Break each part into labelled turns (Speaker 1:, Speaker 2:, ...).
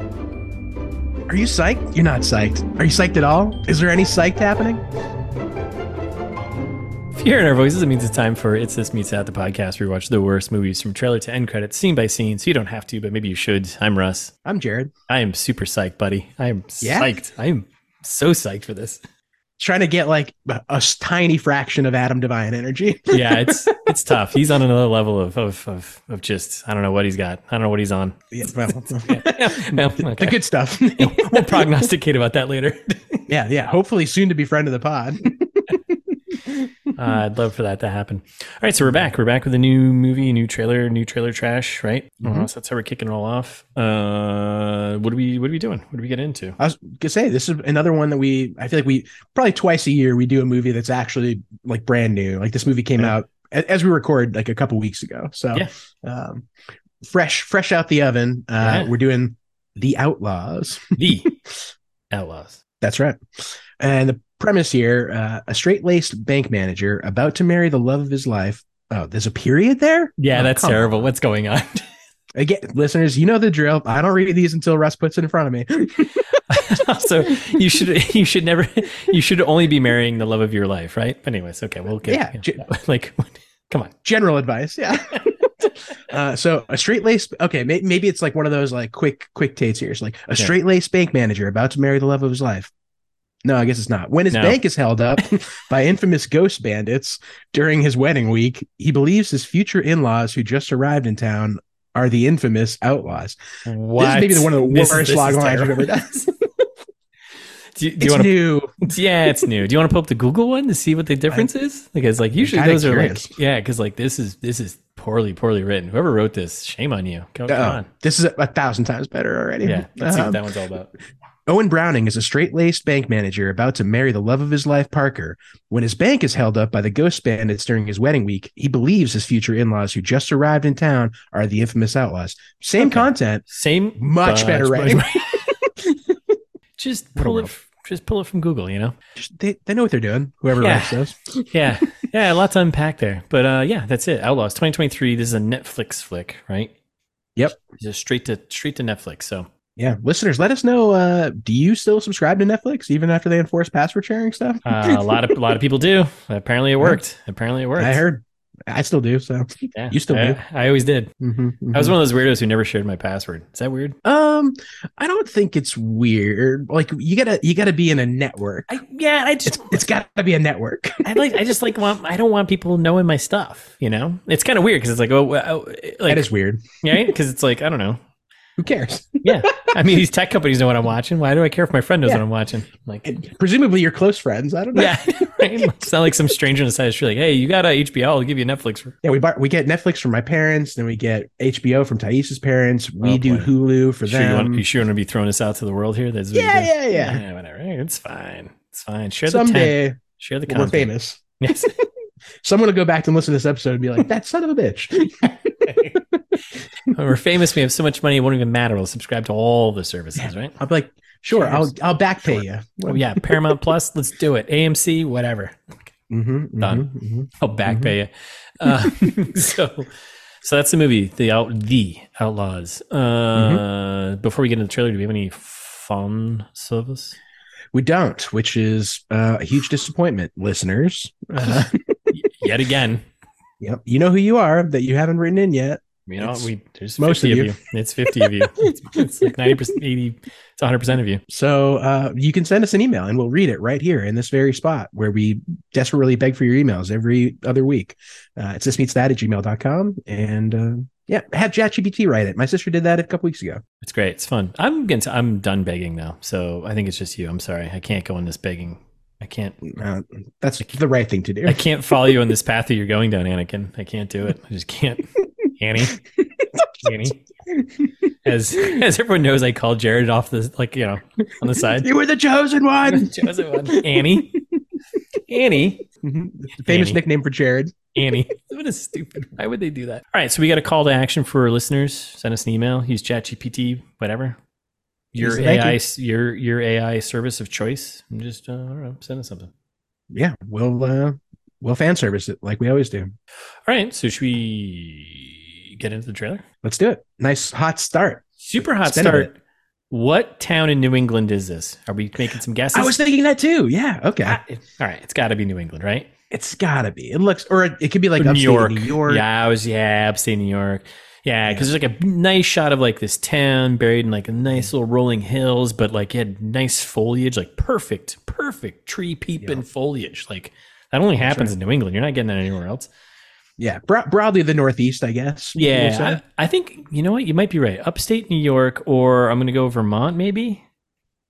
Speaker 1: Are you psyched? You're not psyched. Are you psyched at all? Is there any psyched happening?
Speaker 2: If you're hearing our voices, it means it's time for It's This Meets That, the podcast where we watch the worst movies from trailer to end credits, scene by scene, so you don't have to, but maybe you should. I'm Russ.
Speaker 1: I'm Jared.
Speaker 2: I am super psyched, buddy. I am
Speaker 1: Yeah?
Speaker 2: psyched. I am so psyched for this.
Speaker 1: Trying to get like a, a tiny fraction of Adam Divine energy.
Speaker 2: Yeah, it's it's tough. He's on another level of of of, of just I don't know what he's got. I don't know what he's on.
Speaker 1: Yeah, well,
Speaker 2: No,
Speaker 1: The
Speaker 2: okay.
Speaker 1: good stuff.
Speaker 2: we'll prognosticate about that later.
Speaker 1: yeah, yeah. Hopefully soon to be friend of the pod.
Speaker 2: Uh, I'd love for that to happen. All right, so we're back. We're back with a new movie, new trailer, new trailer trash, right? Uh, so that's how we're kicking it all off. Uh, what are we what are we doing? What do we get into?
Speaker 1: I was gonna say this is another one that we I feel like we probably twice a year we do a movie that's actually like brand new. Like this movie came
Speaker 2: Yeah.
Speaker 1: out a- as we record like a couple weeks ago. So
Speaker 2: Yeah.
Speaker 1: um fresh fresh out the oven. Uh
Speaker 2: Yeah.
Speaker 1: we're doing The Outlaws.
Speaker 2: The Outlaws.
Speaker 1: That's right. And the premise here uh, a straight laced bank manager about to marry the love of his life. Oh, there's a period there?
Speaker 2: Yeah,
Speaker 1: Oh,
Speaker 2: that's
Speaker 1: come on.
Speaker 2: terrible. What's going on?
Speaker 1: Again, listeners, you know the drill. I don't read these until Russ puts it in front of me.
Speaker 2: so you should you should never you should only be marrying the love of your life, right? But anyways, okay, we'll get
Speaker 1: Yeah, j-
Speaker 2: like come on.
Speaker 1: General advice. Yeah. uh, so a straight laced, okay, may- maybe it's like one of those like quick, quick tates here. It's like a straight laced bank manager about to marry the love of his life. No, I guess it's not. When his
Speaker 2: No.
Speaker 1: bank is held up by infamous ghost bandits during his wedding week, he believes his future in laws who just arrived in town are the infamous outlaws.
Speaker 2: What?
Speaker 1: maybe the one of the
Speaker 2: This-
Speaker 1: worst
Speaker 2: this
Speaker 1: log
Speaker 2: is
Speaker 1: lines we've
Speaker 2: terrible.
Speaker 1: ever done.
Speaker 2: do you, do you
Speaker 1: It's
Speaker 2: want to?
Speaker 1: new.
Speaker 2: Yeah, it's new. Do you want to pull up the Google one to see what the difference is? Like, it's like usually
Speaker 1: kinda
Speaker 2: those are
Speaker 1: curious.
Speaker 2: like yeah, because like this is this is poorly poorly written. Whoever wrote this, shame on you. Go, come
Speaker 1: Uh-oh.
Speaker 2: on.
Speaker 1: This is a, a thousand times better already.
Speaker 2: Yeah, let's see what
Speaker 1: Um,
Speaker 2: that one's all about.
Speaker 1: Owen Browning is a straight laced bank manager about to marry the love of his life, Parker. When his bank is held up by the ghost bandits during his wedding week, he believes his future in laws who just arrived in town are the infamous outlaws. Same
Speaker 2: Okay.
Speaker 1: content,
Speaker 2: Same,
Speaker 1: much better
Speaker 2: much
Speaker 1: writing.
Speaker 2: just
Speaker 1: What a
Speaker 2: pull it.
Speaker 1: world.
Speaker 2: f- Just pull it from Google, you know.
Speaker 1: Just- they, they know what they're doing, whoever
Speaker 2: Yeah.
Speaker 1: writes those.
Speaker 2: Yeah, yeah, a lot to unpack there. But uh, yeah, that's it. Outlaws 2023. This is a Netflix flick, right?
Speaker 1: Yep.
Speaker 2: Just straight to straight to Netflix. So
Speaker 1: Yeah. Listeners, let us know uh, do you still subscribe to Netflix even after they enforce password sharing stuff?
Speaker 2: uh, a lot of a lot of people do. Apparently, it worked. Apparently, it worked.
Speaker 1: I heard. I still do. So,
Speaker 2: Yeah.
Speaker 1: you still
Speaker 2: I,
Speaker 1: do.
Speaker 2: I always did.
Speaker 1: Mhm,
Speaker 2: I was
Speaker 1: mhm.
Speaker 2: one of those weirdos who never shared my password. Is that weird?
Speaker 1: Um, I don't think it's weird. Like you gotta you gotta be in a network.
Speaker 2: I, yeah, I
Speaker 1: It's it's gotta be a network.
Speaker 2: I like, I just like want, I don't want people knowing my stuff. You know, it's kind of weird because it's like, oh, well, oh, like,
Speaker 1: that is weird.
Speaker 2: yeah, because it's like, I don't know.
Speaker 1: Who cares?
Speaker 2: Yeah, I mean, these tech companies know what I'm watching. Why do I care if my friend knows
Speaker 1: Yeah.
Speaker 2: what I'm watching? Like,
Speaker 1: And presumably your close friends. I don't know.
Speaker 2: yeah, right? it's not like some stranger on the side of the street. Like, hey, you got uh, a HBO? I'll give you Netflix. For-
Speaker 1: Yeah, we bar- we get Netflix from my parents, then we get HBO from Thais's parents. We
Speaker 2: Well
Speaker 1: do
Speaker 2: played.
Speaker 1: Hulu for
Speaker 2: Oh, you, sure you, want,
Speaker 1: them.
Speaker 2: you sure you want to be throwing this out to the world here? That's what you
Speaker 1: yeah,
Speaker 2: do?
Speaker 1: yeah, yeah,
Speaker 2: yeah, whatever. It's fine. It's fine. Share the tent.
Speaker 1: Someday
Speaker 2: Share the
Speaker 1: when we're
Speaker 2: content.
Speaker 1: famous.
Speaker 2: Yes.
Speaker 1: Someone will go back and listen to this episode and be like, "That son of a bitch."
Speaker 2: When we're famous. We have so much money, it won't even matter. We'll subscribe to all the services, right?
Speaker 1: I'll be like, "Sure,
Speaker 2: Sure.
Speaker 1: I'll I'll back pay you."
Speaker 2: Oh, yeah, Paramount Plus. Let's do it. AMC, whatever.
Speaker 1: Mm-hmm,
Speaker 2: Done.
Speaker 1: hmm
Speaker 2: I'll Oh, back pay you. Uh, so, so that's the movie, the out, the Outlaws. Uh, Before we get into the trailer, do we have any fun service?
Speaker 1: We don't, which is uh, a huge disappointment, listeners.
Speaker 2: Uh-huh.
Speaker 1: Uh,
Speaker 2: Y- Yet again,
Speaker 1: yep, you know who you are that you haven't written in yet.
Speaker 2: you know,
Speaker 1: It's
Speaker 2: we there's
Speaker 1: most
Speaker 2: fifty
Speaker 1: of
Speaker 2: of you. It's fifty of you. It's, it's like ninety percent, eighty, it's hundred percent of you.
Speaker 1: So uh, you can send us an email and we'll read it right here in this very spot where we desperately beg for your emails every other week. Uh, it's thismeetsthat at gmail.com. And uh, yeah, have ChatGPT write it. My sister did that a couple weeks ago.
Speaker 2: It's great. It's fun. I'm getting. To, I'm done begging now. So I think it's just you. I'm sorry. I can't go on this begging. I can't.
Speaker 1: Uh, that's the right thing to do.
Speaker 2: I can't follow you on this path that you're going down, Anakin. I can't do it. I just can't. Annie. Annie. As as everyone knows, I called Jared off the like, you know, on the side.
Speaker 1: You were the chosen one.
Speaker 2: Joseph on Annie. Annie.
Speaker 1: Mhm. Famous
Speaker 2: Annie.
Speaker 1: nickname for Jared.
Speaker 2: Annie. What is stupid. Why would they do that? All right. So we got a call to action for our listeners. Send us an email. Use ChatGPT, whatever. Your
Speaker 1: Use the thank
Speaker 2: AI, your your AI service of choice. And just uh, I don't know, send us something.
Speaker 1: Yeah, we'll uh, we'll fan service it like we always do.
Speaker 2: All right. So should we get into the trailer?
Speaker 1: Let's do it. Nice hot start.
Speaker 2: Super hot
Speaker 1: Spin a
Speaker 2: start. What town in New England is this? Are we making some guesses?
Speaker 1: I was thinking that too. Yeah. Okay.
Speaker 2: Ah, it- all right, it's got to be New England, right?
Speaker 1: It's gotta be. It looks, or it, it could be like
Speaker 2: Or New
Speaker 1: upstate
Speaker 2: York.
Speaker 1: New York.
Speaker 2: Yeah, I was yeah, upstate New York. Yeah,
Speaker 1: Yeah.
Speaker 2: because there's like a nice shot of like this town buried in like a nice little rolling hills, but like it had nice foliage, like perfect, perfect tree peeping
Speaker 1: Yeah.
Speaker 2: foliage. Like that only happens in New England. You're not getting that anywhere else.
Speaker 1: Yeah. Bro- broadly the Northeast, I guess. you would say.
Speaker 2: Yeah, I, I think you know what you might be right. Upstate New York, or I'm gonna go Vermont. Maybe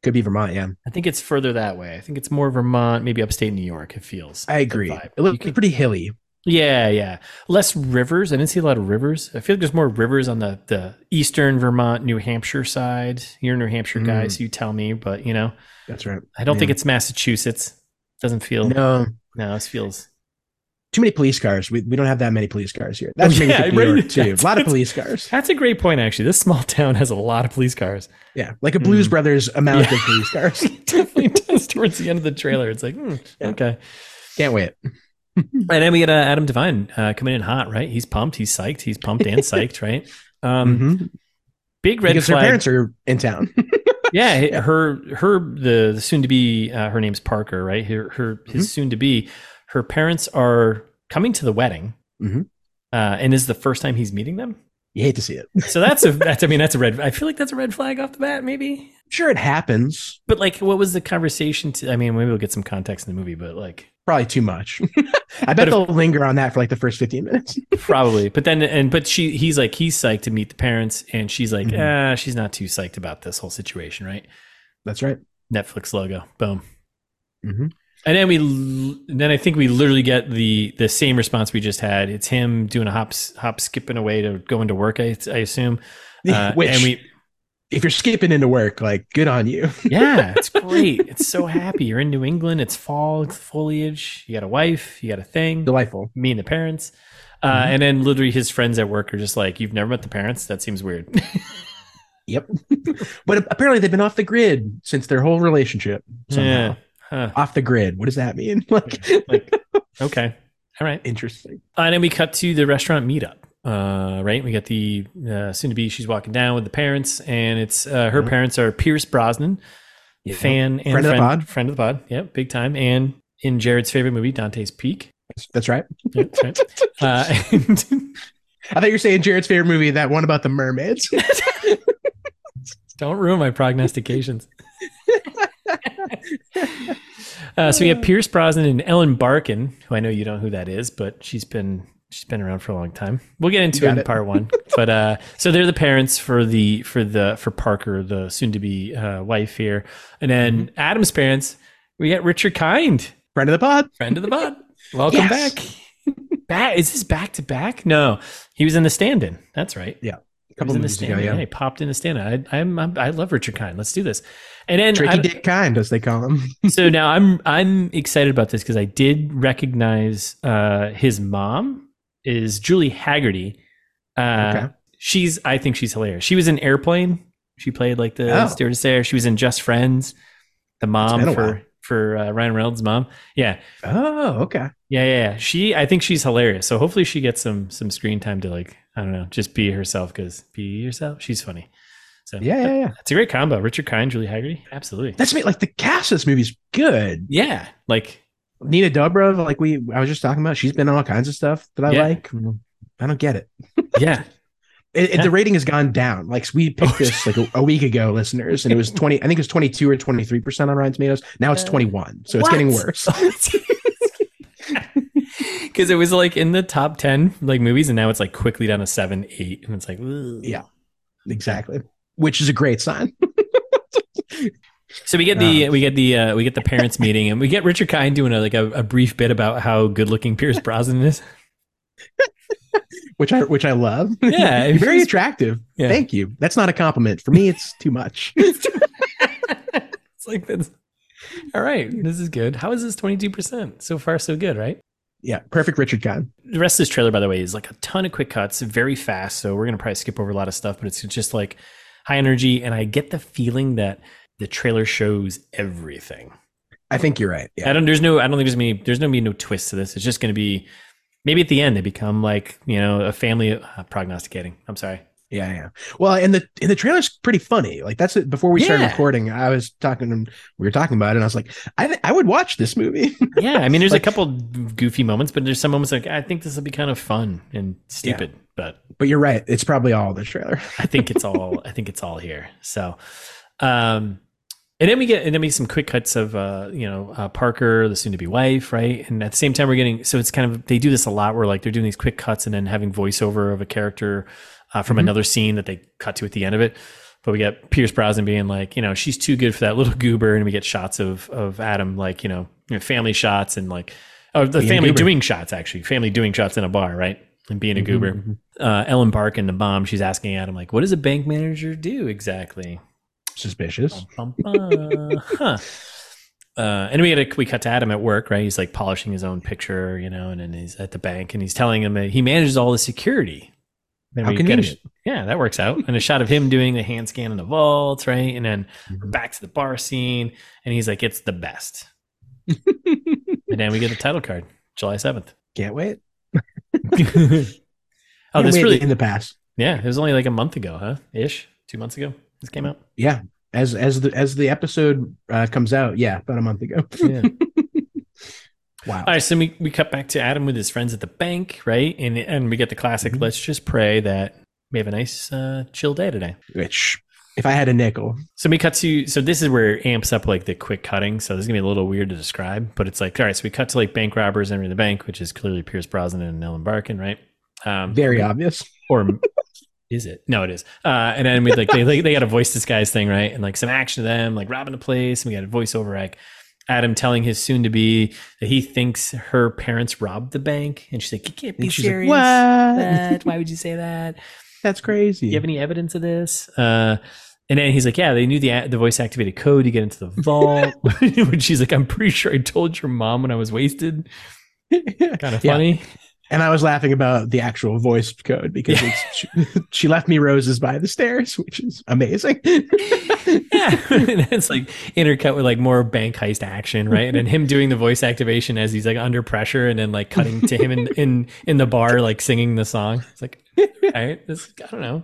Speaker 1: Could be Vermont. Yeah.
Speaker 2: I think it's further that way. I think it's more Vermont, maybe upstate New York. It feels.
Speaker 1: I
Speaker 2: the
Speaker 1: agree.
Speaker 2: vibe.
Speaker 1: It looks
Speaker 2: You can-
Speaker 1: pretty hilly.
Speaker 2: Yeah, yeah. Less rivers. I didn't see a lot of rivers. I feel like there's more rivers on the the eastern Vermont, New Hampshire side. You're a New Hampshire guy,
Speaker 1: Mm.
Speaker 2: so you tell me. But you know,
Speaker 1: That's right.
Speaker 2: I don't
Speaker 1: Yeah.
Speaker 2: think it's Massachusetts. Doesn't feel. No,
Speaker 1: No,
Speaker 2: it feels.
Speaker 1: too many police cars. We, we don't have that many police cars here. That's maybe
Speaker 2: yeah,
Speaker 1: yeah, New
Speaker 2: right.
Speaker 1: York too.
Speaker 2: That's-
Speaker 1: A lot of
Speaker 2: that's-
Speaker 1: police cars.
Speaker 2: That's a great point, actually. This small town has a lot of police cars.
Speaker 1: Yeah, like a Blues
Speaker 2: Mm.
Speaker 1: Brothers amount
Speaker 2: Yeah.
Speaker 1: of police cars.
Speaker 2: It definitely does towards the end of the trailer. It's like, hmm,
Speaker 1: Yeah.
Speaker 2: okay.
Speaker 1: Can't wait.
Speaker 2: And then we get uh, Adam Devine uh, coming in hot, right? He's pumped. He's psyched. He's pumped and psyched, right? Um,
Speaker 1: Mhm.
Speaker 2: Big red
Speaker 1: Because their
Speaker 2: flag.
Speaker 1: parents are in town.
Speaker 2: yeah, h- her her the, the soon to be uh, her name's Parker, right? Her her his soon to be, her parents are coming to the wedding,
Speaker 1: Mhm.
Speaker 2: uh, and this is the first time he's meeting them.
Speaker 1: you hate to see it.
Speaker 2: So that's a that's I mean that's a red. I feel like that's a red flag off the bat, maybe.
Speaker 1: Sure, it happens.
Speaker 2: But like, what was the conversation? To, I mean, maybe we'll get some context in the movie, but like,
Speaker 1: Probably too much. I
Speaker 2: But
Speaker 1: bet
Speaker 2: if-
Speaker 1: they'll linger on that for like the first 15 minutes.
Speaker 2: probably. But then and but she he's like he's psyched to meet the parents, and she's like, ah, she's not too psyched about this whole situation, right?
Speaker 1: That's right.
Speaker 2: Netflix logo. Boom. Mm-hmm.
Speaker 1: Mhm.
Speaker 2: And then we, l- then I think we literally get the the same response we just had. It's him doing a hop, s- hop, skipping away to going to work. I, I assume. Uh,
Speaker 1: Which,
Speaker 2: and we,
Speaker 1: if you're skipping into work, like, good on you.
Speaker 2: yeah, it's great. it's so happy. You're in New England. It's fall. It's foliage. You got a wife. You got a thing.
Speaker 1: Delightful.
Speaker 2: Me and the parents. Uh,
Speaker 1: Mhm.
Speaker 2: And then literally his friends at work are just like, "You've never met the parents? That seems weird."
Speaker 1: Yep. but apparently they've been off the grid since their whole relationship. Somehow.
Speaker 2: yeah. Huh.
Speaker 1: Off the grid. What does that mean? Like,
Speaker 2: Like, okay. All right.
Speaker 1: interesting.
Speaker 2: Uh, and then we cut to the restaurant meetup. Uh, right, we got the uh, soon to be. She's walking down with the parents, and it's uh, her
Speaker 1: Mhm.
Speaker 2: parents are Pierce Brosnan,
Speaker 1: Yeah.
Speaker 2: fan and
Speaker 1: Friend of the pod.
Speaker 2: friend of the pod. Yep, big time. And in Jared's favorite movie, Dante's Peak.
Speaker 1: That's right.
Speaker 2: Yeah, that's right. uh, and
Speaker 1: I thought you were saying Jared's favorite movie, that one about the mermaids.
Speaker 2: don't ruin my prognostications. uh, so we have Pierce Brosnan and Ellen Barkin, who I know you don't know who that is, but she's been she's been around for a long time. We'll get into
Speaker 1: Got
Speaker 2: it in
Speaker 1: it.
Speaker 2: part one. But uh, so they're the parents for the for the for Parker, the soon to be uh, wife here, and then
Speaker 1: Mm-hmm.
Speaker 2: Adam's parents. We got Richard Kind,
Speaker 1: Friend of the pod.
Speaker 2: friend of the pod. Welcome
Speaker 1: Yes.
Speaker 2: back. back. Is this back to back? No, he was in the stand-in. That's right.
Speaker 1: A
Speaker 2: He
Speaker 1: couple
Speaker 2: was in the
Speaker 1: movies ago,
Speaker 2: stand-in. Yeah.
Speaker 1: yeah.
Speaker 2: he popped in the stand-in. I, I'm, I'm I love Richard Kind. Let's do this. And then
Speaker 1: Tricky
Speaker 2: I-
Speaker 1: Dick Kind, as they call him.
Speaker 2: so now I'm I'm excited about this because I did recognize uh, his mom is Julie Haggerty. Uh,
Speaker 1: Okay.
Speaker 2: She's I think she's hilarious. She was in Airplane. She played like the
Speaker 1: Oh.
Speaker 2: stewardess there. She was in Just Friends, the
Speaker 1: been
Speaker 2: mom
Speaker 1: a
Speaker 2: for
Speaker 1: while.
Speaker 2: for uh, Ryan Reynolds' mom. Yeah,
Speaker 1: Oh, okay.
Speaker 2: yeah, yeah, yeah. She I think she's hilarious. So hopefully she gets some some screen time to like I don't know just be herself because be yourself. She's funny. So
Speaker 1: Yeah, yeah, yeah.
Speaker 2: it's a great combo. Richard Kind, Julie Haggerty, absolutely.
Speaker 1: That's me. Like the cast of this movie's good.
Speaker 2: Yeah, like
Speaker 1: Nina Dobrov, like we, I was just talking about, she's been on all kinds of stuff that I
Speaker 2: Yeah.
Speaker 1: like. I don't get it.
Speaker 2: yeah.
Speaker 1: It, it-
Speaker 2: Yeah.
Speaker 1: The rating has gone down. Like we picked
Speaker 2: Oh,
Speaker 1: this like a, a week ago, listeners, and it was twenty. I think it was twenty two or twenty three percent on Rotten Tomatoes. Now it's
Speaker 2: Uh,
Speaker 1: twenty one, so it's getting
Speaker 2: What?
Speaker 1: worse.
Speaker 2: Because it was like in the top ten like movies, and now it's like quickly down to seven, eight, and it's like ugh.
Speaker 1: Yeah. Exactly, which is a great sign.
Speaker 2: So we get the we get the uh, we get the parents meeting, and we get Richard Kind doing a, like a, a brief bit about how good looking Pierce Brosnan is.
Speaker 1: Which I which I love.
Speaker 2: Yeah,
Speaker 1: You're very attractive.
Speaker 2: Yeah.
Speaker 1: Thank you. That's not a compliment for me. It's too much.
Speaker 2: it's like that's all right. This is good. How is this twenty two percent so far? So good, right?
Speaker 1: yeah, perfect Richard Kahn.
Speaker 2: the rest of this trailer, by the way, is like a ton of quick cuts, very fast. So we're gonna probably skip over a lot of stuff, but it's just like high energy. And I get the feeling that the trailer shows everything.
Speaker 1: I think you're right. Yeah.
Speaker 2: I don't. There's no. I don't think there's many. There's gonna be no twist to this. It's just gonna be Maybe at the end they become like you know a family uh, prognosticating. I'm sorry.
Speaker 1: Yeah, yeah. Well, and the and the trailer's pretty funny. Like that's it. Before we started
Speaker 2: Yeah.
Speaker 1: recording, I was talking to him. We were talking about it, and I was like, I th- I would watch this movie.
Speaker 2: Yeah, I mean, there's
Speaker 1: Like-
Speaker 2: a couple goofy moments, but there's some moments like I think this will be kind of fun and stupid, but
Speaker 1: but you're right; it's probably all the trailer.
Speaker 2: I think it's all I think it's all here. So um and then we get and then we get some quick cuts of uh you know uh, Parker, the soon to be wife, right? And at the same time we're getting so it's kind of they do this a lot where like they're doing these quick cuts and then having voiceover of a character uh, from
Speaker 1: Mhm.
Speaker 2: another scene that they cut to at the end of it. But we get Pierce Brosnan being like, you know, she's too good for that little goober, and we get shots of of Adam like, you know, you know, family shots and like, oh, the
Speaker 1: Being a
Speaker 2: family
Speaker 1: goober.
Speaker 2: doing shots actually, family doing shots in a bar, right? And being a goober
Speaker 1: Mhm.
Speaker 2: uh, Ellen Park and the bomb, she's asking Adam, like, what does a bank manager do exactly?
Speaker 1: Suspicious.
Speaker 2: Bum, bum, bum. huh. Uh, and we had a, we cut to Adam at work, right? He's like polishing his own picture, you know, and then he's at the bank and he's telling him that he manages all the security. Then
Speaker 1: How
Speaker 2: we get a-
Speaker 1: convenient.
Speaker 2: yeah, that works out. And a shot of him doing the hand scan in the vault, right? And then we're back to the bar scene, and he's like, "It's the best." and then we get the title card, July seventh.
Speaker 1: Can't wait.
Speaker 2: oh,
Speaker 1: Can't
Speaker 2: this
Speaker 1: wait
Speaker 2: really
Speaker 1: in the past.
Speaker 2: yeah, it was only like a month ago, huh? Ish, two months ago. This came out.
Speaker 1: Yeah, as as the as the episode uh, comes out, yeah, about a month ago.
Speaker 2: Yeah.
Speaker 1: wow.
Speaker 2: All right, so we, we cut back to Adam with his friends at the bank, right? And and we get the classic.
Speaker 1: Mhm.
Speaker 2: Let's just pray that we have a nice uh, chill day today.
Speaker 1: Which, if I had a nickel,
Speaker 2: So we cut to so this is where it amps up like the quick cutting. So this is gonna be a little weird to describe, but it's like all right. So we cut to like bank robbers entering the bank, which is clearly Pierce Brosnan and Ellen Barkin, right? Um,
Speaker 1: very obvious.
Speaker 2: or is it? No, it is. Uh, and then we like they like, they got a voice disguise thing, right? And like some action to them, like robbing a place, and we got a voiceover like Adam telling his soon to be that he thinks her parents robbed the bank, and she's like, "You can't be
Speaker 1: And she's
Speaker 2: serious. Uh,
Speaker 1: like, what?
Speaker 2: What? Why would you say that?
Speaker 1: That's crazy.
Speaker 2: Do you have any evidence of this?" Uh, and then he's like, "Yeah, they knew the a- the voice activated code to get into the vault." When she's like, "I'm pretty sure I told your mom when I was wasted." Kind of
Speaker 1: Yeah.
Speaker 2: funny.
Speaker 1: And I was laughing about the actual voice code because it's, she, she left me roses by the stairs, which is amazing.
Speaker 2: yeah, and it's like intercut with like more bank heist action, right? And then him doing the voice activation as he's like under pressure, and then like cutting to him in in in the bar, like singing the song. It's like, all right, this I don't know.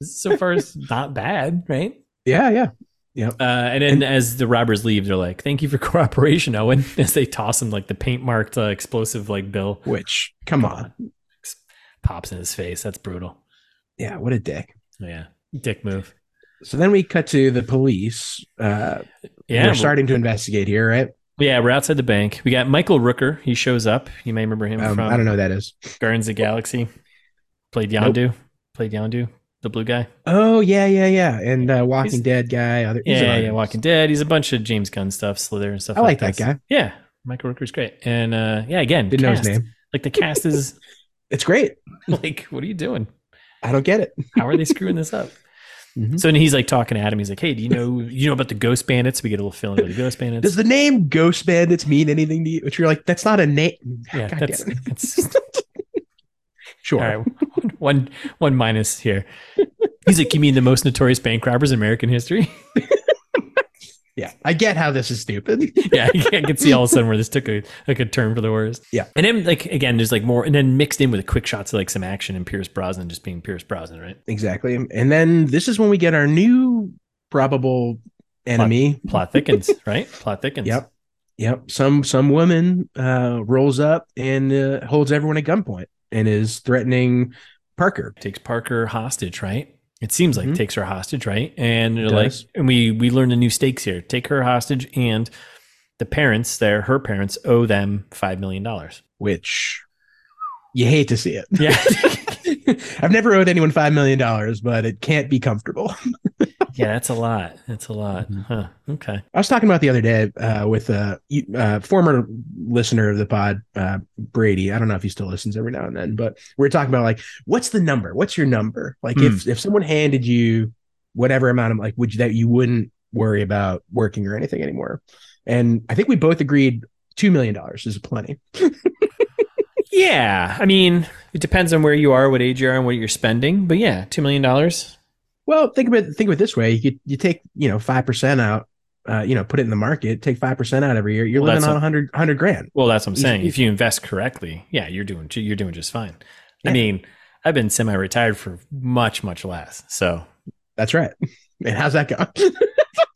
Speaker 2: This is so far is not bad, right?
Speaker 1: yeah, yeah.
Speaker 2: Uh, and then as the robbers leave, they're like, "Thank you for cooperation, Owen." As they toss him like the paint marked uh, explosive like bill
Speaker 1: Which, come
Speaker 2: Come
Speaker 1: on.
Speaker 2: pops in his face. That's brutal.
Speaker 1: Yeah, what a day.
Speaker 2: Yeah, dick move.
Speaker 1: So then we cut to the police. Uh,
Speaker 2: Yeah,
Speaker 1: they're starting to investigate here, right?
Speaker 2: yeah. We're outside the bank. We got Michael Rooker. He shows up. You may remember him
Speaker 1: Um,
Speaker 2: from
Speaker 1: I don't know who that is.
Speaker 2: Guardians of the Galaxy. Played
Speaker 1: Nope.
Speaker 2: Yondu. Played Yondu, the blue guy.
Speaker 1: Oh, yeah, yeah, yeah. And uh, Walking Dead guy. Other, he's an
Speaker 2: Yeah, yeah,
Speaker 1: artist.
Speaker 2: Walking Dead. He's a bunch of James Gunn stuff, Slither and stuff.
Speaker 1: I like that guy.
Speaker 2: Yeah, Michael Rooker's great. And uh, yeah, again,
Speaker 1: Didn't know his
Speaker 2: cast.
Speaker 1: name.
Speaker 2: Like the cast is
Speaker 1: It's great.
Speaker 2: like, what are you doing?
Speaker 1: I don't get it.
Speaker 2: How are they screwing this up?
Speaker 1: Mhm.
Speaker 2: So then he's like talking to Adam. He's like, "Hey, do you know you know about the Ghost Bandits?" We get a little feeling about the Ghost Bandits.
Speaker 1: Does the name Ghost Bandits mean anything to you? Which you're like, that's not a name.
Speaker 2: yeah,
Speaker 1: God
Speaker 2: that's,
Speaker 1: damn it.
Speaker 2: that's
Speaker 1: Sure.
Speaker 2: all right. One one minus here. He's like, "You mean the most notorious bank robbers in American history?"
Speaker 1: Yeah. I get how this is stupid.
Speaker 2: yeah, I can see all of a sudden where this took a like a turn for the worst.
Speaker 1: Yeah.
Speaker 2: and then like again, there's like more, and then mixed in with quick shots of like some action and Pierce Brosnan just being Pierce Brosnan, right?
Speaker 1: Exactly. And then this is when we get our new probable enemy.
Speaker 2: Plot thickens, right? Plot thickens.
Speaker 1: Yep. Yep. Some some woman uh rolls up and uh, holds everyone at gunpoint and is threatening Parker.
Speaker 2: takes Parker hostage, right? It seems like
Speaker 1: Mhm.
Speaker 2: takes her hostage, right? And they're
Speaker 1: It
Speaker 2: like,
Speaker 1: does.
Speaker 2: and we we learn the new stakes here: take her hostage, and the parents, their her parents, owe them five million dollars.
Speaker 1: which you hate to see it.
Speaker 2: Yeah.
Speaker 1: I've never owed anyone $5 million, but it can't be comfortable.
Speaker 2: yeah, that's a lot. That's a lot.
Speaker 1: Mhm.
Speaker 2: Huh. Okay.
Speaker 1: I was talking about the other day uh, with a uh, former listener of the pod, uh, Brady. I don't know if he still listens every now and then, but we were talking about like, what's the number? What's your number? Like, if
Speaker 2: Hmm.
Speaker 1: if someone handed you whatever amount of like, would you that you wouldn't worry about working or anything anymore? And I think we both agreed two million dollars is plenty.
Speaker 2: Yeah, I mean, it depends on where you are, what age you are, and what you're spending. But yeah, two million dollars.
Speaker 1: Well, think about think of it this way: you could, you take you know five percent out uh, you know, put it in the market, take 5% out every year, you're
Speaker 2: Well,
Speaker 1: living
Speaker 2: that's
Speaker 1: on
Speaker 2: a-
Speaker 1: 100, 100 grand.
Speaker 2: Well, that's what I'm
Speaker 1: If-
Speaker 2: saying.
Speaker 1: if-
Speaker 2: If you invest correctly, yeah, you're doing you're doing just fine. I
Speaker 1: Yeah.
Speaker 2: mean, I've been semi-retired for much much less, so
Speaker 1: That's right. And how's that going?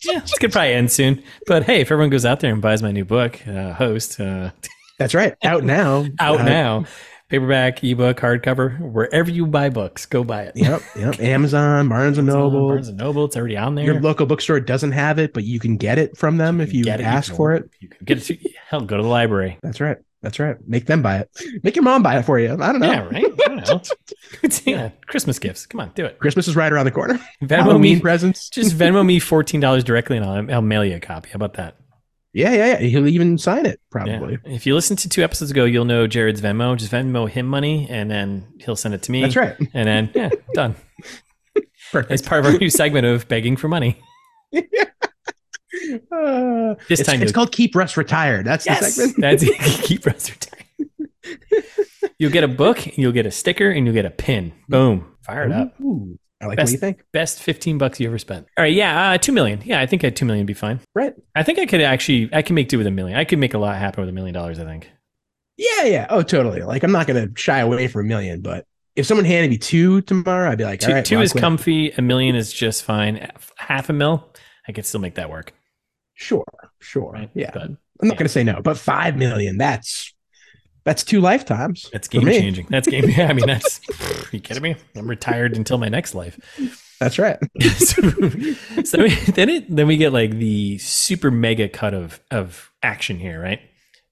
Speaker 2: yeah, this could probably end soon. But hey, if everyone goes out there and buys my new book, uh, host uh,
Speaker 1: That's right. Out now.
Speaker 2: out
Speaker 1: Uh,
Speaker 2: now, paperback, ebook, hardcover, wherever you buy books, go buy it.
Speaker 1: Yep. Yep. Amazon, Barnes and
Speaker 2: It's on
Speaker 1: Noble.
Speaker 2: Barnes and Noble. It's already on there.
Speaker 1: Your local bookstore doesn't have it, but you can get it from them if
Speaker 2: can
Speaker 1: you
Speaker 2: get it, you
Speaker 1: ask
Speaker 2: can
Speaker 1: for
Speaker 2: order
Speaker 1: it.
Speaker 2: You can get it. To, hell, go to the library.
Speaker 1: That's right. That's right. Make them buy it. Make your mom buy it for you. I don't know.
Speaker 2: Yeah, right. I don't know. It's- yeah, Christmas gifts. Come on, do it.
Speaker 1: Christmas is right around the corner.
Speaker 2: Venmo
Speaker 1: Halloween
Speaker 2: me.
Speaker 1: presents.
Speaker 2: Just Venmo me fourteen dollars directly, and I'll, I'll mail you a copy. How about that?
Speaker 1: Yeah, yeah, yeah. He'll even sign it
Speaker 2: Yeah.
Speaker 1: probably.
Speaker 2: If you listen to two episodes ago, you'll know Jared's Venmo. Just Venmo him money, and then he'll send it to me.
Speaker 1: That's right.
Speaker 2: And then yeah, done.
Speaker 1: Perfect.
Speaker 2: It's part of our new segment of begging for money.
Speaker 1: Uh,
Speaker 2: This
Speaker 1: it's,
Speaker 2: time
Speaker 1: it's
Speaker 2: you'll-
Speaker 1: called Keep Russ Retired. That's the segment.
Speaker 2: that's keep us retired. You'll get a book, and you'll get a sticker, and you'll get a pin. Boom, fire it up.
Speaker 1: Ooh, I like
Speaker 2: Best-
Speaker 1: what you think.
Speaker 2: Best fifteen bucks you ever spent. All right, yeah, uh, two million. Yeah, I think at two million would be fine.
Speaker 1: Right.
Speaker 2: I think I could actually, I can make do with a million. I could make a lot happen with a million dollars. I think.
Speaker 1: Yeah, yeah. Oh, totally. Like I'm not gonna shy away from a million, but if someone handed me two tomorrow, I'd be like,
Speaker 2: Two,
Speaker 1: all right,
Speaker 2: two
Speaker 1: well, I
Speaker 2: is
Speaker 1: quit.
Speaker 2: comfy. A million is just fine. Half a mil, I could still make that work.
Speaker 1: Sure, sure.
Speaker 2: Right?
Speaker 1: Yeah,
Speaker 2: But
Speaker 1: I'm not
Speaker 2: yeah.
Speaker 1: gonna say no, but five million. That's that's two lifetimes.
Speaker 2: that's
Speaker 1: for
Speaker 2: game
Speaker 1: me.
Speaker 2: changing. That's game. Yeah, I mean, that's. you kidding me? I'm retired until my next life.
Speaker 1: That's right.
Speaker 2: so, so then we- then it then we get like the super mega cut of of action here, right?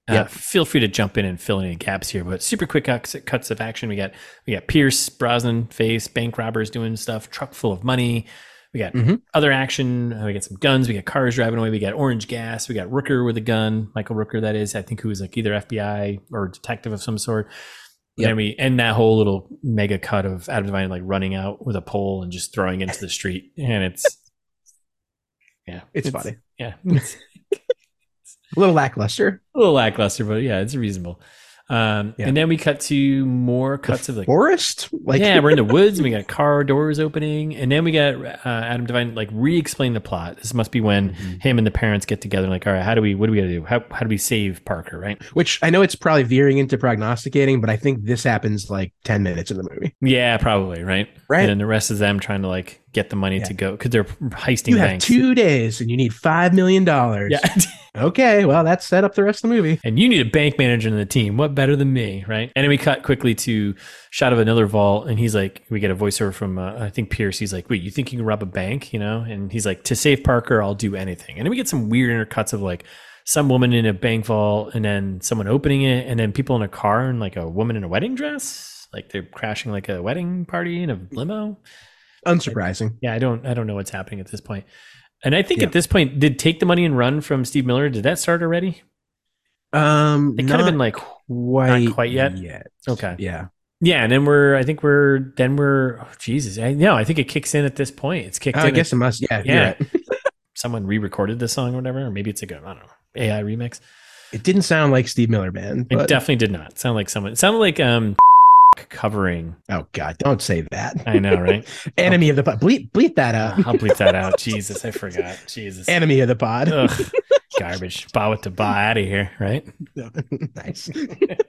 Speaker 2: Uh,
Speaker 1: Yep.
Speaker 2: Feel free to jump in and fill in any gaps here, but super quick cuts, cuts of action. We got we got Pierce, Brosnan, face, bank robbers doing stuff, truck full of money. We got
Speaker 1: Mhm.
Speaker 2: other action. uh, We got some guns. We got cars driving away. We got orange gas. We got Rooker with a gun. Michael Rooker, that is, I think, who was like either FBI or detective of some sort.
Speaker 1: Yep.
Speaker 2: And we end that whole little mega cut of Adam Devine like running out with a pole and just throwing it into the street. And it's, yeah,
Speaker 1: It's, funny.
Speaker 2: Yeah, it's
Speaker 1: A little lackluster.
Speaker 2: a little lackluster, but yeah, it's reasonable. Um,
Speaker 1: Yeah.
Speaker 2: And then we cut to more cuts of like
Speaker 1: Forest? Like
Speaker 2: yeah, we're in the woods and we got car doors opening, and then we got uh, Adam Devine like re-explain the plot. This must be when
Speaker 1: Mhm.
Speaker 2: him and the parents get together, like, all right, how do we, what do we got to do? How, how do we save Parker? Right?
Speaker 1: which I know it's probably veering into prognosticating, but I think this happens like 10 minutes in the movie.
Speaker 2: Yeah, probably right.
Speaker 1: Right.
Speaker 2: And then the rest is them trying to like get the money
Speaker 1: Yeah.
Speaker 2: to go because they're heisting
Speaker 1: You have
Speaker 2: banks.
Speaker 1: two days and you need $5 million.
Speaker 2: yeah.
Speaker 1: Okay. Well, that set up the rest of the movie.
Speaker 2: and you need a bank manager in the team. What better than me, right? And then we cut quickly to shot of another vault, and he's like, we get a voiceover from uh, I think Pierce. He's like, wait, you think you can rob a bank, you know? And he's like, to save Parker, I'll do anything. And then we get some weird intercuts of like some woman in a bank vault, and then someone opening it, and then people in a car, and like a woman in a wedding dress, like they're crashing like a wedding party in a limo.
Speaker 1: Unsurprising.
Speaker 2: Yeah, I don't I don't know what's happening at this point. And I think
Speaker 1: Yeah.
Speaker 2: at this point, did take the money and run from Steve Miller? Did that start already?
Speaker 1: Um,
Speaker 2: It could have been like
Speaker 1: quite,
Speaker 2: not quite yet. okay.
Speaker 1: Yeah.
Speaker 2: Yeah, and then we're I think we're then we're oh, Jesus. I no, I think it kicks in at this point. It's kicked
Speaker 1: Oh,
Speaker 2: in.
Speaker 1: I guess it must. Yeah. you're
Speaker 2: Yeah.
Speaker 1: right.
Speaker 2: someone re-recorded this song or whatever, or maybe it's like a I don't know AI remix.
Speaker 1: It didn't sound like Steve Miller Band.
Speaker 2: It
Speaker 1: But,
Speaker 2: definitely did not sound like someone. It sounded like um covering.
Speaker 1: oh, God. Don't say that.
Speaker 2: I know, right?
Speaker 1: Enemy of the pod. Bleep, bleep that out.
Speaker 2: I'll bleep that out. Jesus, I forgot. Jesus,
Speaker 1: Enemy of the pod.
Speaker 2: Ugh, garbage. Bah with the bah out of here, right?
Speaker 1: nice.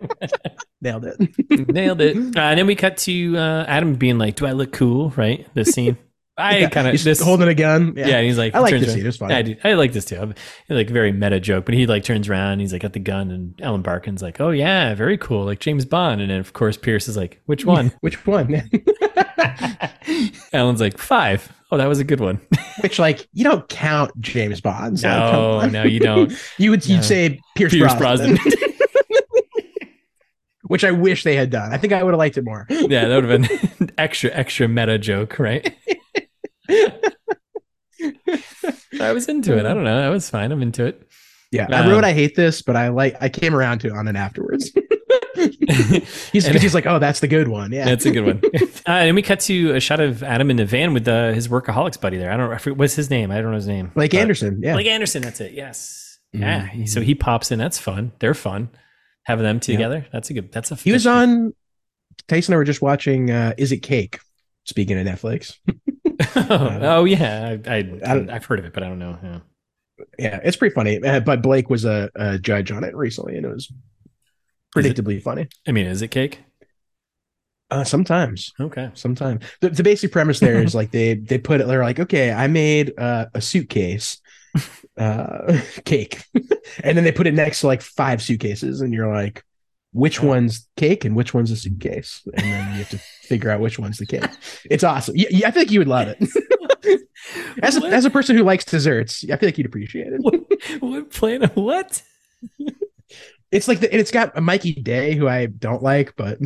Speaker 1: Nailed it.
Speaker 2: Nailed it. Uh, and then we cut to uh, Adam being like, "Do I look cool?" Right? This scene. I
Speaker 1: Yeah,
Speaker 2: kind of
Speaker 1: he's
Speaker 2: this
Speaker 1: holding a gun.
Speaker 2: Yeah, and he's like,
Speaker 1: I like
Speaker 2: turns
Speaker 1: this
Speaker 2: around-
Speaker 1: scene, it's fine.
Speaker 2: Yeah, I, do. I like this too. I'm- Like very meta joke, but he like turns around. He's like at the gun, and Ellen Barkin's like, "Oh yeah, very cool, like James Bond." And then of course Pierce is like, "Which one?"
Speaker 1: Which one?
Speaker 2: Ellen's like, five. Oh, that was a good one.
Speaker 1: Which, like, you don't count James Bond. So come
Speaker 2: no,
Speaker 1: on.
Speaker 2: no, you don't.
Speaker 1: You would
Speaker 2: No.
Speaker 1: you'd say Pierce,
Speaker 2: Pierce
Speaker 1: Brosnan,
Speaker 2: Brosnan.
Speaker 1: which I wish they had done. I think I would have liked it more.
Speaker 2: yeah, that would have been an extra, extra meta joke, right? I was into it. I don't know. That was fine. I'm into it.
Speaker 1: Yeah,
Speaker 2: Um,
Speaker 1: I wrote I hate this, but I like I came around to it on it afterwards. he's
Speaker 2: And-
Speaker 1: 'cause he's like, oh, that's the good one. Yeah,
Speaker 2: That's a good one. uh, and we cut to a shot of Adam in the van with uh, his workaholics buddy there. I don't. I forget, what's his name? I don't know his name. Uh,
Speaker 1: Blake
Speaker 2: But-
Speaker 1: Anderson. Yeah,
Speaker 2: Blake Anderson. That's it. Yes. Yeah.
Speaker 1: Mhm.
Speaker 2: So he pops in. That's fun. They're fun. Having them two
Speaker 1: Yeah.
Speaker 2: together. That's a good. That's a.
Speaker 1: he was
Speaker 2: that's-
Speaker 1: on. Tyson and I were just watching. Uh, Is it cake? Speaking of Netflix,
Speaker 2: oh, yeah. I, I,
Speaker 1: I don't-
Speaker 2: I've heard of it, but I don't know. Yeah.
Speaker 1: yeah, it's pretty funny. Uh, but Blake was a, a judge on it recently, and it was predictably funny.
Speaker 2: I mean, is it cake?
Speaker 1: Uh, sometimes,
Speaker 2: Okay.
Speaker 1: sometimes the, the basic premise there is like they they put it. They're like, okay, I made uh, a suitcase uh, cake, and then they put it next to like five suitcases, and you're like, which one's cake and which one's a suitcase, and then you have to figure out which one's the cake. It's awesome. Yeah, yeah I think you would love it. As a,
Speaker 2: What?
Speaker 1: as a person who likes desserts, I feel like you'd appreciate it.
Speaker 2: what, what planet? What?
Speaker 1: It's like the, and it's got Mikey Day, who I don't like, but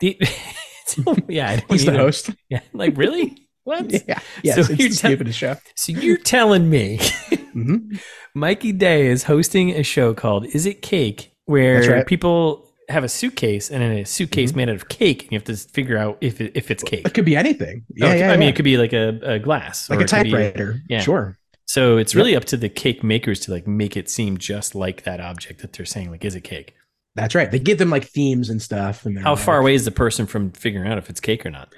Speaker 2: The, oh, yeah, I don't
Speaker 1: he's the
Speaker 2: either.
Speaker 1: host.
Speaker 2: Yeah, like really? What?
Speaker 1: Yeah, yes, it's
Speaker 2: you're
Speaker 1: the
Speaker 2: tell-
Speaker 1: stupidest show.
Speaker 2: So you're telling me
Speaker 1: Mhm.
Speaker 2: Mikey Day is hosting a show called "Is It Cake," where
Speaker 1: That's right. Mm-hmm.
Speaker 2: people have a suitcase and in a suitcase made out of cake, and you have to figure out if it, if it's cake.
Speaker 1: It could be anything.
Speaker 2: Oh,
Speaker 1: Yeah,
Speaker 2: it-
Speaker 1: yeah,
Speaker 2: I mean,
Speaker 1: yeah.
Speaker 2: it could be like a, a glass,
Speaker 1: like
Speaker 2: or
Speaker 1: a
Speaker 2: it could be-
Speaker 1: typewriter.
Speaker 2: yeah.
Speaker 1: Sure.
Speaker 2: So it's really up to the cake makers to like make it seem just like that object that they're saying like is it cake.
Speaker 1: That's right. They give them like themes and stuff. And they're
Speaker 2: How
Speaker 1: like-
Speaker 2: far away is the person from figuring out if it's cake or not?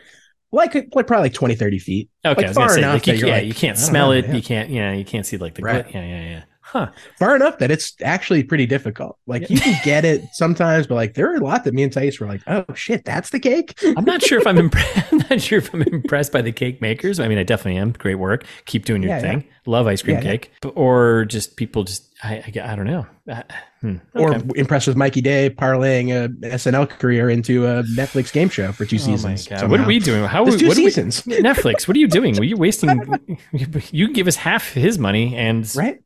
Speaker 1: Like, like probably like 20, 30 feet.
Speaker 2: Okay,
Speaker 1: Like,
Speaker 2: I was gonna
Speaker 1: far
Speaker 2: say
Speaker 1: enough
Speaker 2: like, you,
Speaker 1: that you're
Speaker 2: yeah,
Speaker 1: like,
Speaker 2: you
Speaker 1: I
Speaker 2: can't
Speaker 1: don't
Speaker 2: smell
Speaker 1: know,
Speaker 2: it.
Speaker 1: yeah.
Speaker 2: You can't, yeah, you can't see like the
Speaker 1: Right.
Speaker 2: glit. Yeah, yeah, yeah. Huh?
Speaker 1: Far enough that it's actually pretty difficult. Like you can get it sometimes, but like there are a lot that me and Thais were like, oh shit, that's the cake.
Speaker 2: I'm not sure if I'm impressed. I'm not sure if I'm impressed by the cake makers. I mean, I definitely am. Great work. Keep doing your
Speaker 1: Yeah, yeah.
Speaker 2: thing. Love ice cream
Speaker 1: Yeah, yeah.
Speaker 2: cake, But- or just people just I I, I don't know. Uh, hmm. Okay.
Speaker 1: Or impressed with Mikey Day parlaying a SNL career into a Netflix game show for two seasons.
Speaker 2: Oh my God. What are
Speaker 1: somehow.
Speaker 2: we doing? How
Speaker 1: There's two
Speaker 2: what are we,
Speaker 1: seasons,
Speaker 2: Netflix? What are you doing? Well, You're wasting. You can give us half his money and
Speaker 1: right?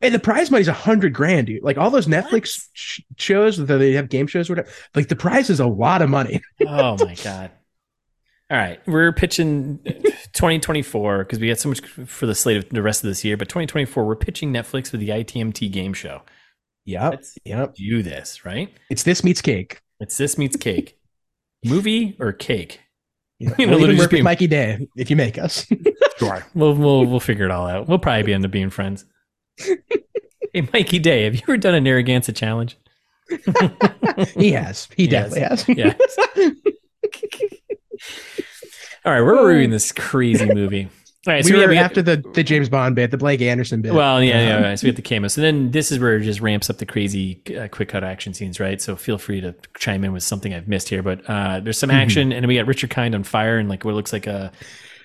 Speaker 1: And the prize money's a hundred grand, dude. Like all those Netflix sh- shows that they have game shows, or whatever. Like the prize is a lot of money.
Speaker 2: oh my god all right we're pitching uh, 2024 because we got so much for the slate of the rest of this year but 2024 we're pitching netflix with the itmt game show
Speaker 1: Yep,
Speaker 2: let's
Speaker 1: yep.
Speaker 2: do this right
Speaker 1: It's this meets cake.
Speaker 2: it's this meets cake movie or cake
Speaker 1: You know,
Speaker 2: You know,
Speaker 1: we'll
Speaker 2: literally
Speaker 1: even
Speaker 2: just
Speaker 1: work
Speaker 2: being-
Speaker 1: with Mikey Day if you make us.
Speaker 2: sure we'll, we'll we'll figure it all out we'll probably be end up being friends hey mikey day have you ever done a narragansett challenge
Speaker 1: he has. He
Speaker 2: Yes.
Speaker 1: definitely has.
Speaker 2: yeah all right we're reviewing this crazy movie all right
Speaker 1: we
Speaker 2: so yeah,
Speaker 1: were
Speaker 2: we got-
Speaker 1: after the, the James Bond bit, the Blake Anderson bit.
Speaker 2: Well, yeah, yeah,
Speaker 1: Um,
Speaker 2: right. So we have the camo. So then this is where it just ramps up the crazy uh, quick cut action scenes, right? So feel free to chime in with something I've missed here, but uh, there's some
Speaker 1: Mhm.
Speaker 2: action, and we got Richard Kind on fire, and like what looks like a.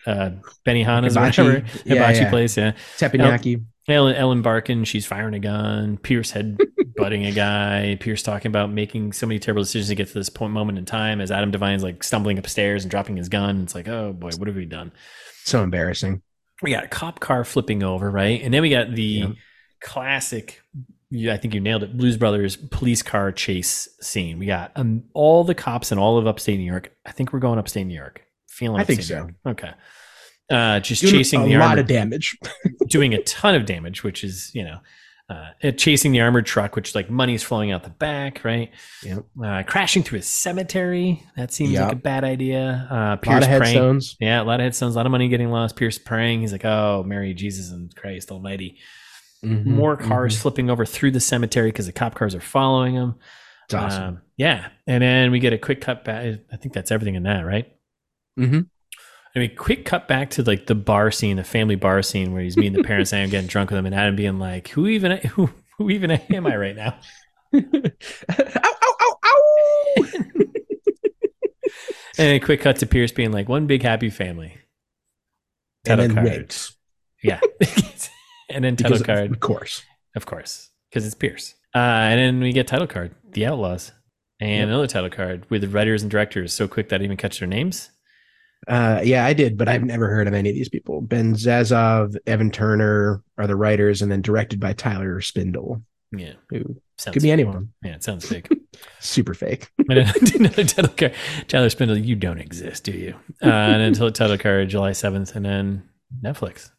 Speaker 2: Uh, Benihana's or
Speaker 1: Hibachi.
Speaker 2: whatever
Speaker 1: Yeah,
Speaker 2: hibachi
Speaker 1: yeah.
Speaker 2: place, yeah.
Speaker 1: teppanyaki.
Speaker 2: Ellen, Ellen Barkin, she's firing a gun. Pierce head butting a guy. Pierce talking about making so many terrible decisions to get to this point moment in time. As Adam Devine's like stumbling upstairs and dropping his gun, it's like, oh boy, what have we done?
Speaker 1: So embarrassing.
Speaker 2: we got a cop car flipping over, right? And then we got the
Speaker 1: Yeah.
Speaker 2: classic, you- I think you nailed it, Blues Brothers police car chase scene. We got um, all the cops in all of upstate New York. I think we're going upstate New York. Feeling
Speaker 1: I think
Speaker 2: upstate New
Speaker 1: so.
Speaker 2: York. Okay. Uh, just
Speaker 1: Doing
Speaker 2: chasing
Speaker 1: a
Speaker 2: the
Speaker 1: lot
Speaker 2: armored,
Speaker 1: of damage.
Speaker 2: doing a ton of damage, which is, you know, uh, it- chasing the armored truck, which like money's flowing out the back, right?
Speaker 1: Yep.
Speaker 2: Uh, crashing through a cemetery. That seems
Speaker 1: Yep.
Speaker 2: like a bad idea.
Speaker 1: A
Speaker 2: Uh,
Speaker 1: lot
Speaker 2: Pierce
Speaker 1: of
Speaker 2: praying.
Speaker 1: headstones.
Speaker 2: Yeah, a lot of headstones, a lot of money getting lost. Pierce praying. He's like, oh, Mary, Jesus, and Christ Almighty.
Speaker 1: Mhm,
Speaker 2: More cars
Speaker 1: mhm.
Speaker 2: flipping over through the cemetery because the cop cars are following him.
Speaker 1: It's awesome.
Speaker 2: Um, yeah. And then we get a quick cut back. I think that's everything in that, right?
Speaker 1: Mhm.
Speaker 2: I mean, quick cut back to like the bar scene, the family bar scene where he's meeting the parents and getting drunk with them, and Adam being like, who even, who, who even am I right now?
Speaker 1: ow, ow, ow, ow!
Speaker 2: And a quick cut to Pierce being like, one big happy family.
Speaker 1: and
Speaker 2: Title
Speaker 1: then
Speaker 2: card.
Speaker 1: winks.
Speaker 2: Yeah. and then title
Speaker 1: Because
Speaker 2: card.
Speaker 1: Of course.
Speaker 2: Of course, because it's Pierce. Uh, and then we get title card, The Outlaws, and
Speaker 1: Yep.
Speaker 2: another title card with writers and directors so quick that I didn't even catch their names.
Speaker 1: Uh, yeah, I did, but I've never heard of any of these people. Ben Zazov, Evan Turner are the writers, and then directed by Tyler Spindle,
Speaker 2: Yeah,
Speaker 1: who
Speaker 2: sounds
Speaker 1: could be anyone.
Speaker 2: yeah, it sounds big.
Speaker 1: Super fake.
Speaker 2: and then another title card, Tyler Spindle, you don't exist, do you? Uh, and until title card, July seventh, and then Netflix,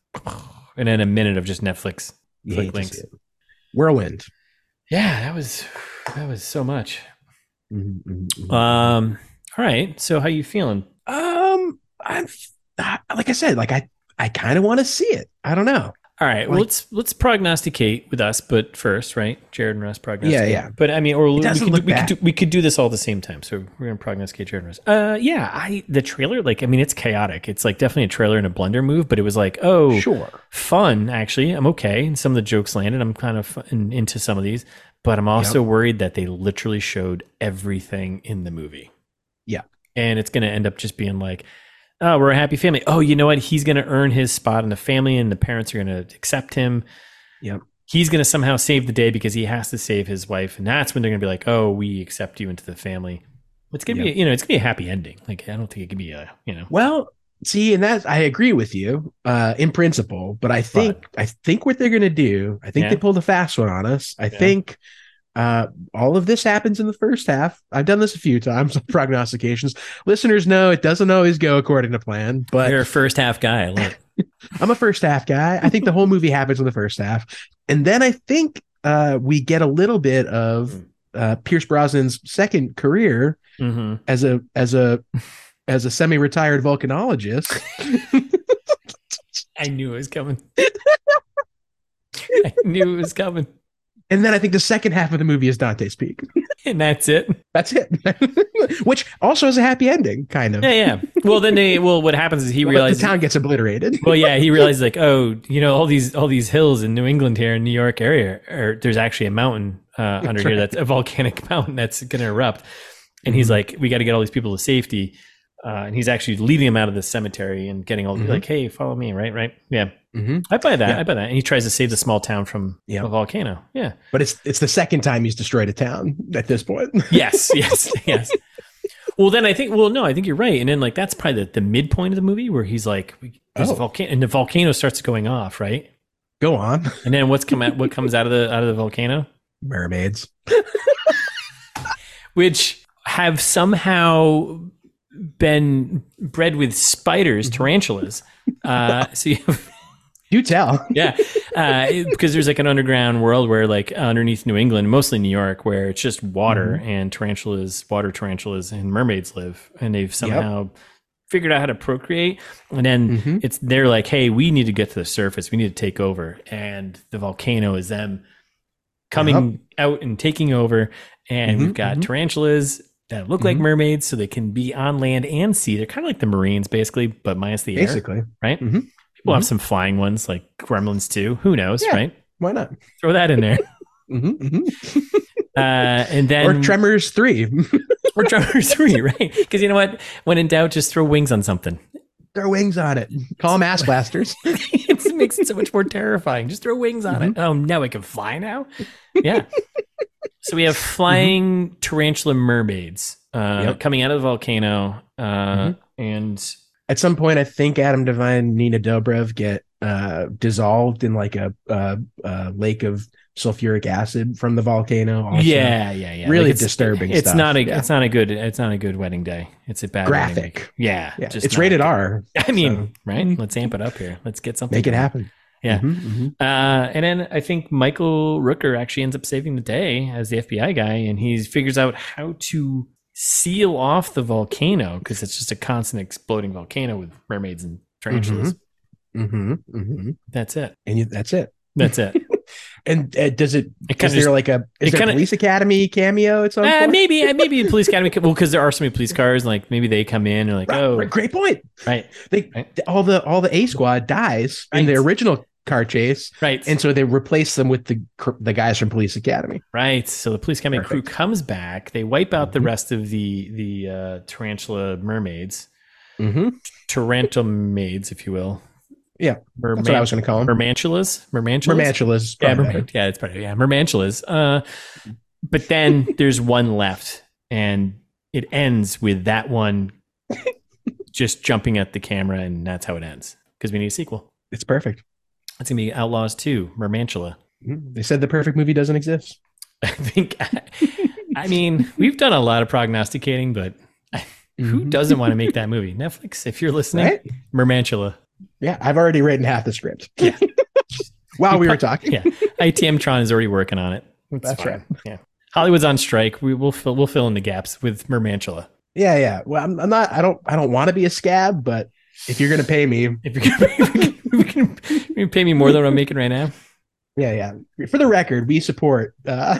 Speaker 2: and then a minute of just Netflix.
Speaker 1: You
Speaker 2: Click
Speaker 1: hate to
Speaker 2: links.
Speaker 1: see it. Whirlwind.
Speaker 2: Yeah, that was that was so much.
Speaker 1: Mhm, mhm, mhm.
Speaker 2: Um, all right, so how you feeling?
Speaker 1: Um, I'm I- like I said, like I I kind of want to see it. I don't know.
Speaker 2: All right. Well,
Speaker 1: Like-
Speaker 2: let's let's prognosticate with us, but first, right? Jared and Russ prognosticate.
Speaker 1: yeah.
Speaker 2: But I mean, or we
Speaker 1: doesn't
Speaker 2: could, do,
Speaker 1: look
Speaker 2: we, could
Speaker 1: bad.
Speaker 2: do, we could do this all at the same time. So we're gonna prognosticate Jared and Russ. Uh, yeah. I the trailer, like, I mean, it's chaotic. It's like definitely a trailer and a blender move, but it was like, oh,
Speaker 1: Sure.
Speaker 2: fun. Actually, I'm okay, and some of the jokes landed. I'm kind of fun, into some of these, but I'm also worried that they literally showed everything in the movie.
Speaker 1: Yeah.
Speaker 2: And it's gonna end up just being like oh, we're a happy family. Oh, you know what? He's going to earn his spot in the family, and the parents are going to accept him.
Speaker 1: Yep.
Speaker 2: He's going to somehow save the day because he has to save his wife, and that's when they're going to be like, "Oh, we accept you into the family." It's going to
Speaker 1: Yep.
Speaker 2: be, you know, it's going to be a happy ending. Like, I don't think it could be a, you know,
Speaker 1: Well, see, and that I agree with you uh, in principle, but I think I think what they're going to do, I think
Speaker 2: Yeah.
Speaker 1: they pulled a fast one on us. I
Speaker 2: Yeah.
Speaker 1: think uh, all of this happens in the first half. I've done this a few times on prognostications. Listeners know it doesn't always go according to plan, but
Speaker 2: you're a first half guy. I love it.
Speaker 1: I'm a first half guy. I think the whole movie happens in the first half, and then I think uh, we get a little bit of uh, Pierce Brosnan's second career
Speaker 2: hmm
Speaker 1: as a as a as a semi-retired volcanologist.
Speaker 2: I knew it was coming. I knew it was coming,
Speaker 1: And then I think the second half of the movie is Dante's Peak.
Speaker 2: and that's it.
Speaker 1: That's it. Which also is a happy ending, kind of.
Speaker 2: Yeah, yeah. Well, then they, well, what happens is he
Speaker 1: But
Speaker 2: realizes
Speaker 1: the town gets obliterated.
Speaker 2: well yeah he realized like oh you know all these all these hills in new england here in new york area or there's actually a mountain uh, under here that's a volcanic mountain that's going to erupt and he's like we got to get all these people to safety uh, and he's actually leading them out of the cemetery and getting all
Speaker 1: Mhm.
Speaker 2: like hey follow me right right yeah
Speaker 1: Mhm.
Speaker 2: i buy that
Speaker 1: Yeah.
Speaker 2: i buy that and he tries to save the small town from
Speaker 1: Yeah.
Speaker 2: a volcano yeah
Speaker 1: But it's it's the second time he's destroyed a town at this point.
Speaker 2: yes yes yes well then i think well no i think you're right and then like that's probably the, the midpoint of the movie where he's like we- there's
Speaker 1: Oh.
Speaker 2: a volcano and the volcano starts going off right
Speaker 1: Go on,
Speaker 2: And then what's come out, what comes out of the out of the volcano,
Speaker 1: mermaids.
Speaker 2: which have somehow been bred with spiders, tarantulas. Uh, so you,
Speaker 1: Do tell.
Speaker 2: yeah, uh, it- because there's like an underground world where like underneath New England, mostly New York, where it's just water and tarantulas, water tarantulas and mermaids live, and they've somehow figured out how to procreate. And then
Speaker 1: Mhm.
Speaker 2: it's they're like, hey, we need to get to the surface, we need to take over, and the volcano is them coming out and taking over, and
Speaker 1: Mhm,
Speaker 2: we've got
Speaker 1: mhm.
Speaker 2: tarantulas. That look like
Speaker 1: Mhm.
Speaker 2: mermaids, so they can be on land and sea. They're kind of like the Marines, basically, but minus the air.
Speaker 1: Basically,
Speaker 2: right?
Speaker 1: Mhm.
Speaker 2: We'll have
Speaker 1: Mhm.
Speaker 2: some flying ones like Gremlins too. Who knows,
Speaker 1: Yeah.
Speaker 2: right?
Speaker 1: why not?
Speaker 2: Throw that in there.
Speaker 1: Mhm, mhm.
Speaker 2: Uh, and then
Speaker 1: Or Tremors Three.
Speaker 2: or Tremor three, right? Because you know what? When in doubt, just throw wings on something.
Speaker 1: Throw wings on it. Call them ass blasters.
Speaker 2: it makes it so much more terrifying. Just throw wings on it. Oh no, it can fly now. Mm-hmm. Yeah. so we have flying tarantula mermaids uh,
Speaker 1: Yep.
Speaker 2: coming out of the volcano, uh, and
Speaker 1: At some point, I think Adam Devine, and Nina Dobrev get uh, dissolved in like a uh, uh, lake of sulfuric acid from the volcano.
Speaker 2: Oh,
Speaker 1: Also.
Speaker 2: yeah, yeah, yeah.
Speaker 1: Really
Speaker 2: it's-
Speaker 1: disturbing
Speaker 2: It's
Speaker 1: stuff,
Speaker 2: not a.
Speaker 1: yeah.
Speaker 2: It's not a good. It's not a good wedding day. It's a bad wedding
Speaker 1: Graphic.
Speaker 2: day. Yeah,
Speaker 1: yeah.
Speaker 2: just
Speaker 1: It's
Speaker 2: not
Speaker 1: rated
Speaker 2: good.
Speaker 1: R.
Speaker 2: I mean,
Speaker 1: So-
Speaker 2: right?
Speaker 1: Mhm.
Speaker 2: Let's amp it up here. Let's get something.
Speaker 1: Make it
Speaker 2: going.
Speaker 1: happen.
Speaker 2: Yeah.
Speaker 1: Mhm, mhm.
Speaker 2: Uh, and then I think Michael Rooker actually ends up saving the day as the FBI guy, and he figures out how to seal off the volcano because it's just a constant exploding volcano with mermaids and tarantulas.
Speaker 1: hmm hmm
Speaker 2: That's it.
Speaker 1: And you, that's it.
Speaker 2: That's it.
Speaker 1: And uh, does it? Is
Speaker 2: It kind of
Speaker 1: there like a
Speaker 2: it
Speaker 1: is there
Speaker 2: kinda-
Speaker 1: a police academy cameo at some
Speaker 2: uh,
Speaker 1: point?
Speaker 2: maybe uh, maybe the police academy. Well, because there are so many police cars, like maybe they come in and like,
Speaker 1: Right,
Speaker 2: oh,
Speaker 1: right, Ah, great point.
Speaker 2: right,
Speaker 1: They
Speaker 2: Right.
Speaker 1: th- all the all the A squad dies in the
Speaker 2: Right.
Speaker 1: original car chase,
Speaker 2: right,
Speaker 1: and so they replace them with the cr- the guys from Police Academy.
Speaker 2: Right. So the police coming crew
Speaker 1: Perfect.
Speaker 2: comes back. They wipe out the
Speaker 1: Mhm.
Speaker 2: rest of the the uh, tarantula mermaids,
Speaker 1: Mm-hmm.
Speaker 2: tarantula maids, if you will.
Speaker 1: Yeah, That's what I was going to call them.
Speaker 2: Mermantulas, mermantulas,
Speaker 1: Mermantulas.
Speaker 2: yeah,
Speaker 1: probably
Speaker 2: merman- yeah, it's probably yeah, mermantulas. Uh, but then there's one left, and it ends with that one just jumping at the camera, and that's how it ends because we need a sequel.
Speaker 1: It's perfect.
Speaker 2: It's gonna be Outlaws Two, Mermantula.
Speaker 1: Mhm. They said the perfect movie doesn't exist.
Speaker 2: I think. I, mean, we've done a lot of prognosticating, but who
Speaker 1: Mhm.
Speaker 2: doesn't want to make that movie? Netflix, if you're listening,
Speaker 1: Right?
Speaker 2: Mermantula.
Speaker 1: Yeah, I've already written half the script.
Speaker 2: Yeah.
Speaker 1: While
Speaker 2: You
Speaker 1: we were
Speaker 2: prob-
Speaker 1: talking.
Speaker 2: Yeah, ITM Tron is already working on it.
Speaker 1: That's
Speaker 2: fine.
Speaker 1: right.
Speaker 2: Yeah, Hollywood's on strike. We will fill we'll fill in the gaps with Mermantula.
Speaker 1: Yeah, yeah. Well, I'm, I'm not. I don't. I don't want to be a scab, but If you're gonna pay me,
Speaker 2: If you're gonna, if you're gonna- if you're gonna pay me more than what I'm making right now,
Speaker 1: yeah, yeah. For the record, we support uh,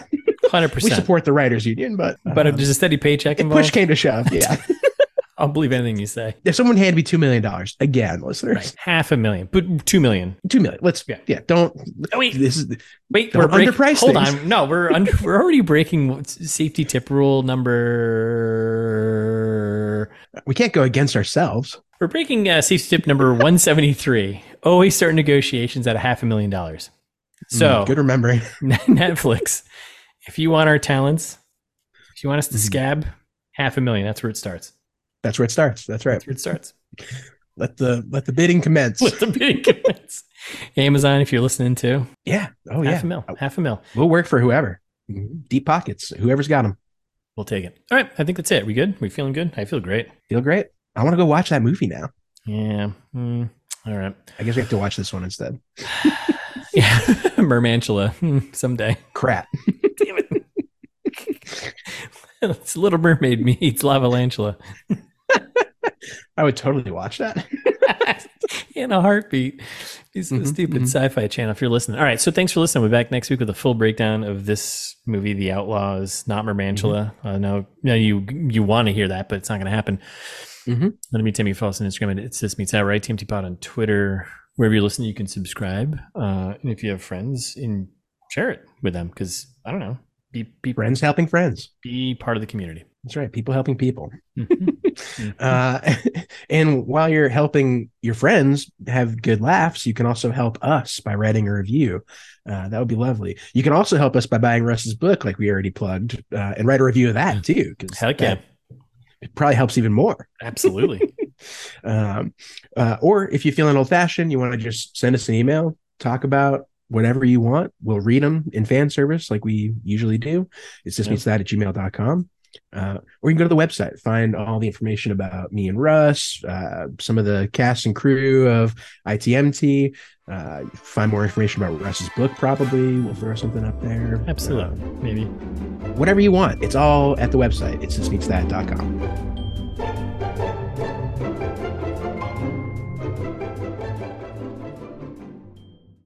Speaker 2: hundred
Speaker 1: we
Speaker 2: percent.
Speaker 1: support the writers union, but
Speaker 2: But
Speaker 1: um,
Speaker 2: if there's a steady paycheck
Speaker 1: if push
Speaker 2: involved,
Speaker 1: came to shove, yeah.
Speaker 2: I'll believe anything you say.
Speaker 1: if someone handed me two million dollars again, listeners,
Speaker 2: Right, half a million, but two million.
Speaker 1: two million. Let's yeah,
Speaker 2: Yeah.
Speaker 1: yeah. Don't
Speaker 2: Oh, wait,
Speaker 1: this is
Speaker 2: wait,
Speaker 1: Don't
Speaker 2: we're breaking.
Speaker 1: underprice
Speaker 2: Hold
Speaker 1: things.
Speaker 2: on, no, we're under, we're already breaking what's- safety tip rule number.
Speaker 1: we can't go against ourselves.
Speaker 2: We're breaking uh, safety tip number one seventy three. Always start negotiations at a half a million dollars. So
Speaker 1: Mm, good remembering.
Speaker 2: Netflix, if you want our talents, if you want us to
Speaker 1: Mhm.
Speaker 2: scab half a million, that's where it starts.
Speaker 1: That's where it starts. That's right.
Speaker 2: That's where it starts.
Speaker 1: Let the let the bidding commence.
Speaker 2: With the big comments. Amazon, if you're listening too,
Speaker 1: Yeah. Oh
Speaker 2: half
Speaker 1: yeah.
Speaker 2: a mil, half a mil.
Speaker 1: We'll work for whoever. Mm-hmm. Deep pockets. Whoever's got them.
Speaker 2: We'll take it. All right, I think that's it. We good? We feeling good? I feel great.
Speaker 1: Feel great. I want to go watch that movie now.
Speaker 2: Yeah. Mm. All right.
Speaker 1: I guess we have to watch this one instead.
Speaker 2: Yeah. Mermantula. Mm, Someday.
Speaker 1: Crap.
Speaker 2: Damn it. it's Little Mermaid meets Lavalantula
Speaker 1: I would totally watch that.
Speaker 2: in a heartbeat. He's so
Speaker 1: Mhm,
Speaker 2: stupid
Speaker 1: mhm.
Speaker 2: sci-fi channel if you're listening. All right, so thanks for listening. We'll be back next week with a full breakdown of this movie, The Outlaws, not Mermantula. Uh, no, no, you you want to hear that, but it's not going to happen.
Speaker 1: Mhm.
Speaker 2: Let me Timmy Falls on Instagram and it's this meets out right. TMT Pod on Twitter. Wherever you listen, you can subscribe. Uh, and if you have friends, and share it with them because I don't know, be be
Speaker 1: Friends helping friends.
Speaker 2: be part of the community.
Speaker 1: That's right. People helping people.
Speaker 2: Mhm.
Speaker 1: Uh, and while you're helping your friends have good laughs, you can also help us by writing a review. Uh, that would be lovely. You can also help us by buying Russ's book, like we already plugged, uh, and write a review of that too, because
Speaker 2: Heck yeah,
Speaker 1: it probably helps even more.
Speaker 2: absolutely.
Speaker 1: Um, uh, or if you're feeling old fashioned, you want to just send us an email, talk about whatever you want. We'll read them in fan service like we usually do. It's just
Speaker 2: Yeah.
Speaker 1: meets that at gmail.com. Uh, or you can go to the website, find all the information about me and Russ, uh, some of the cast and crew of ITMT. Uh, find more information about Russ's book, probably. We'll throw something up there.
Speaker 2: Absolutely. Maybe.
Speaker 1: Uh, whatever you want. It's all at the website. It's just meets that.com.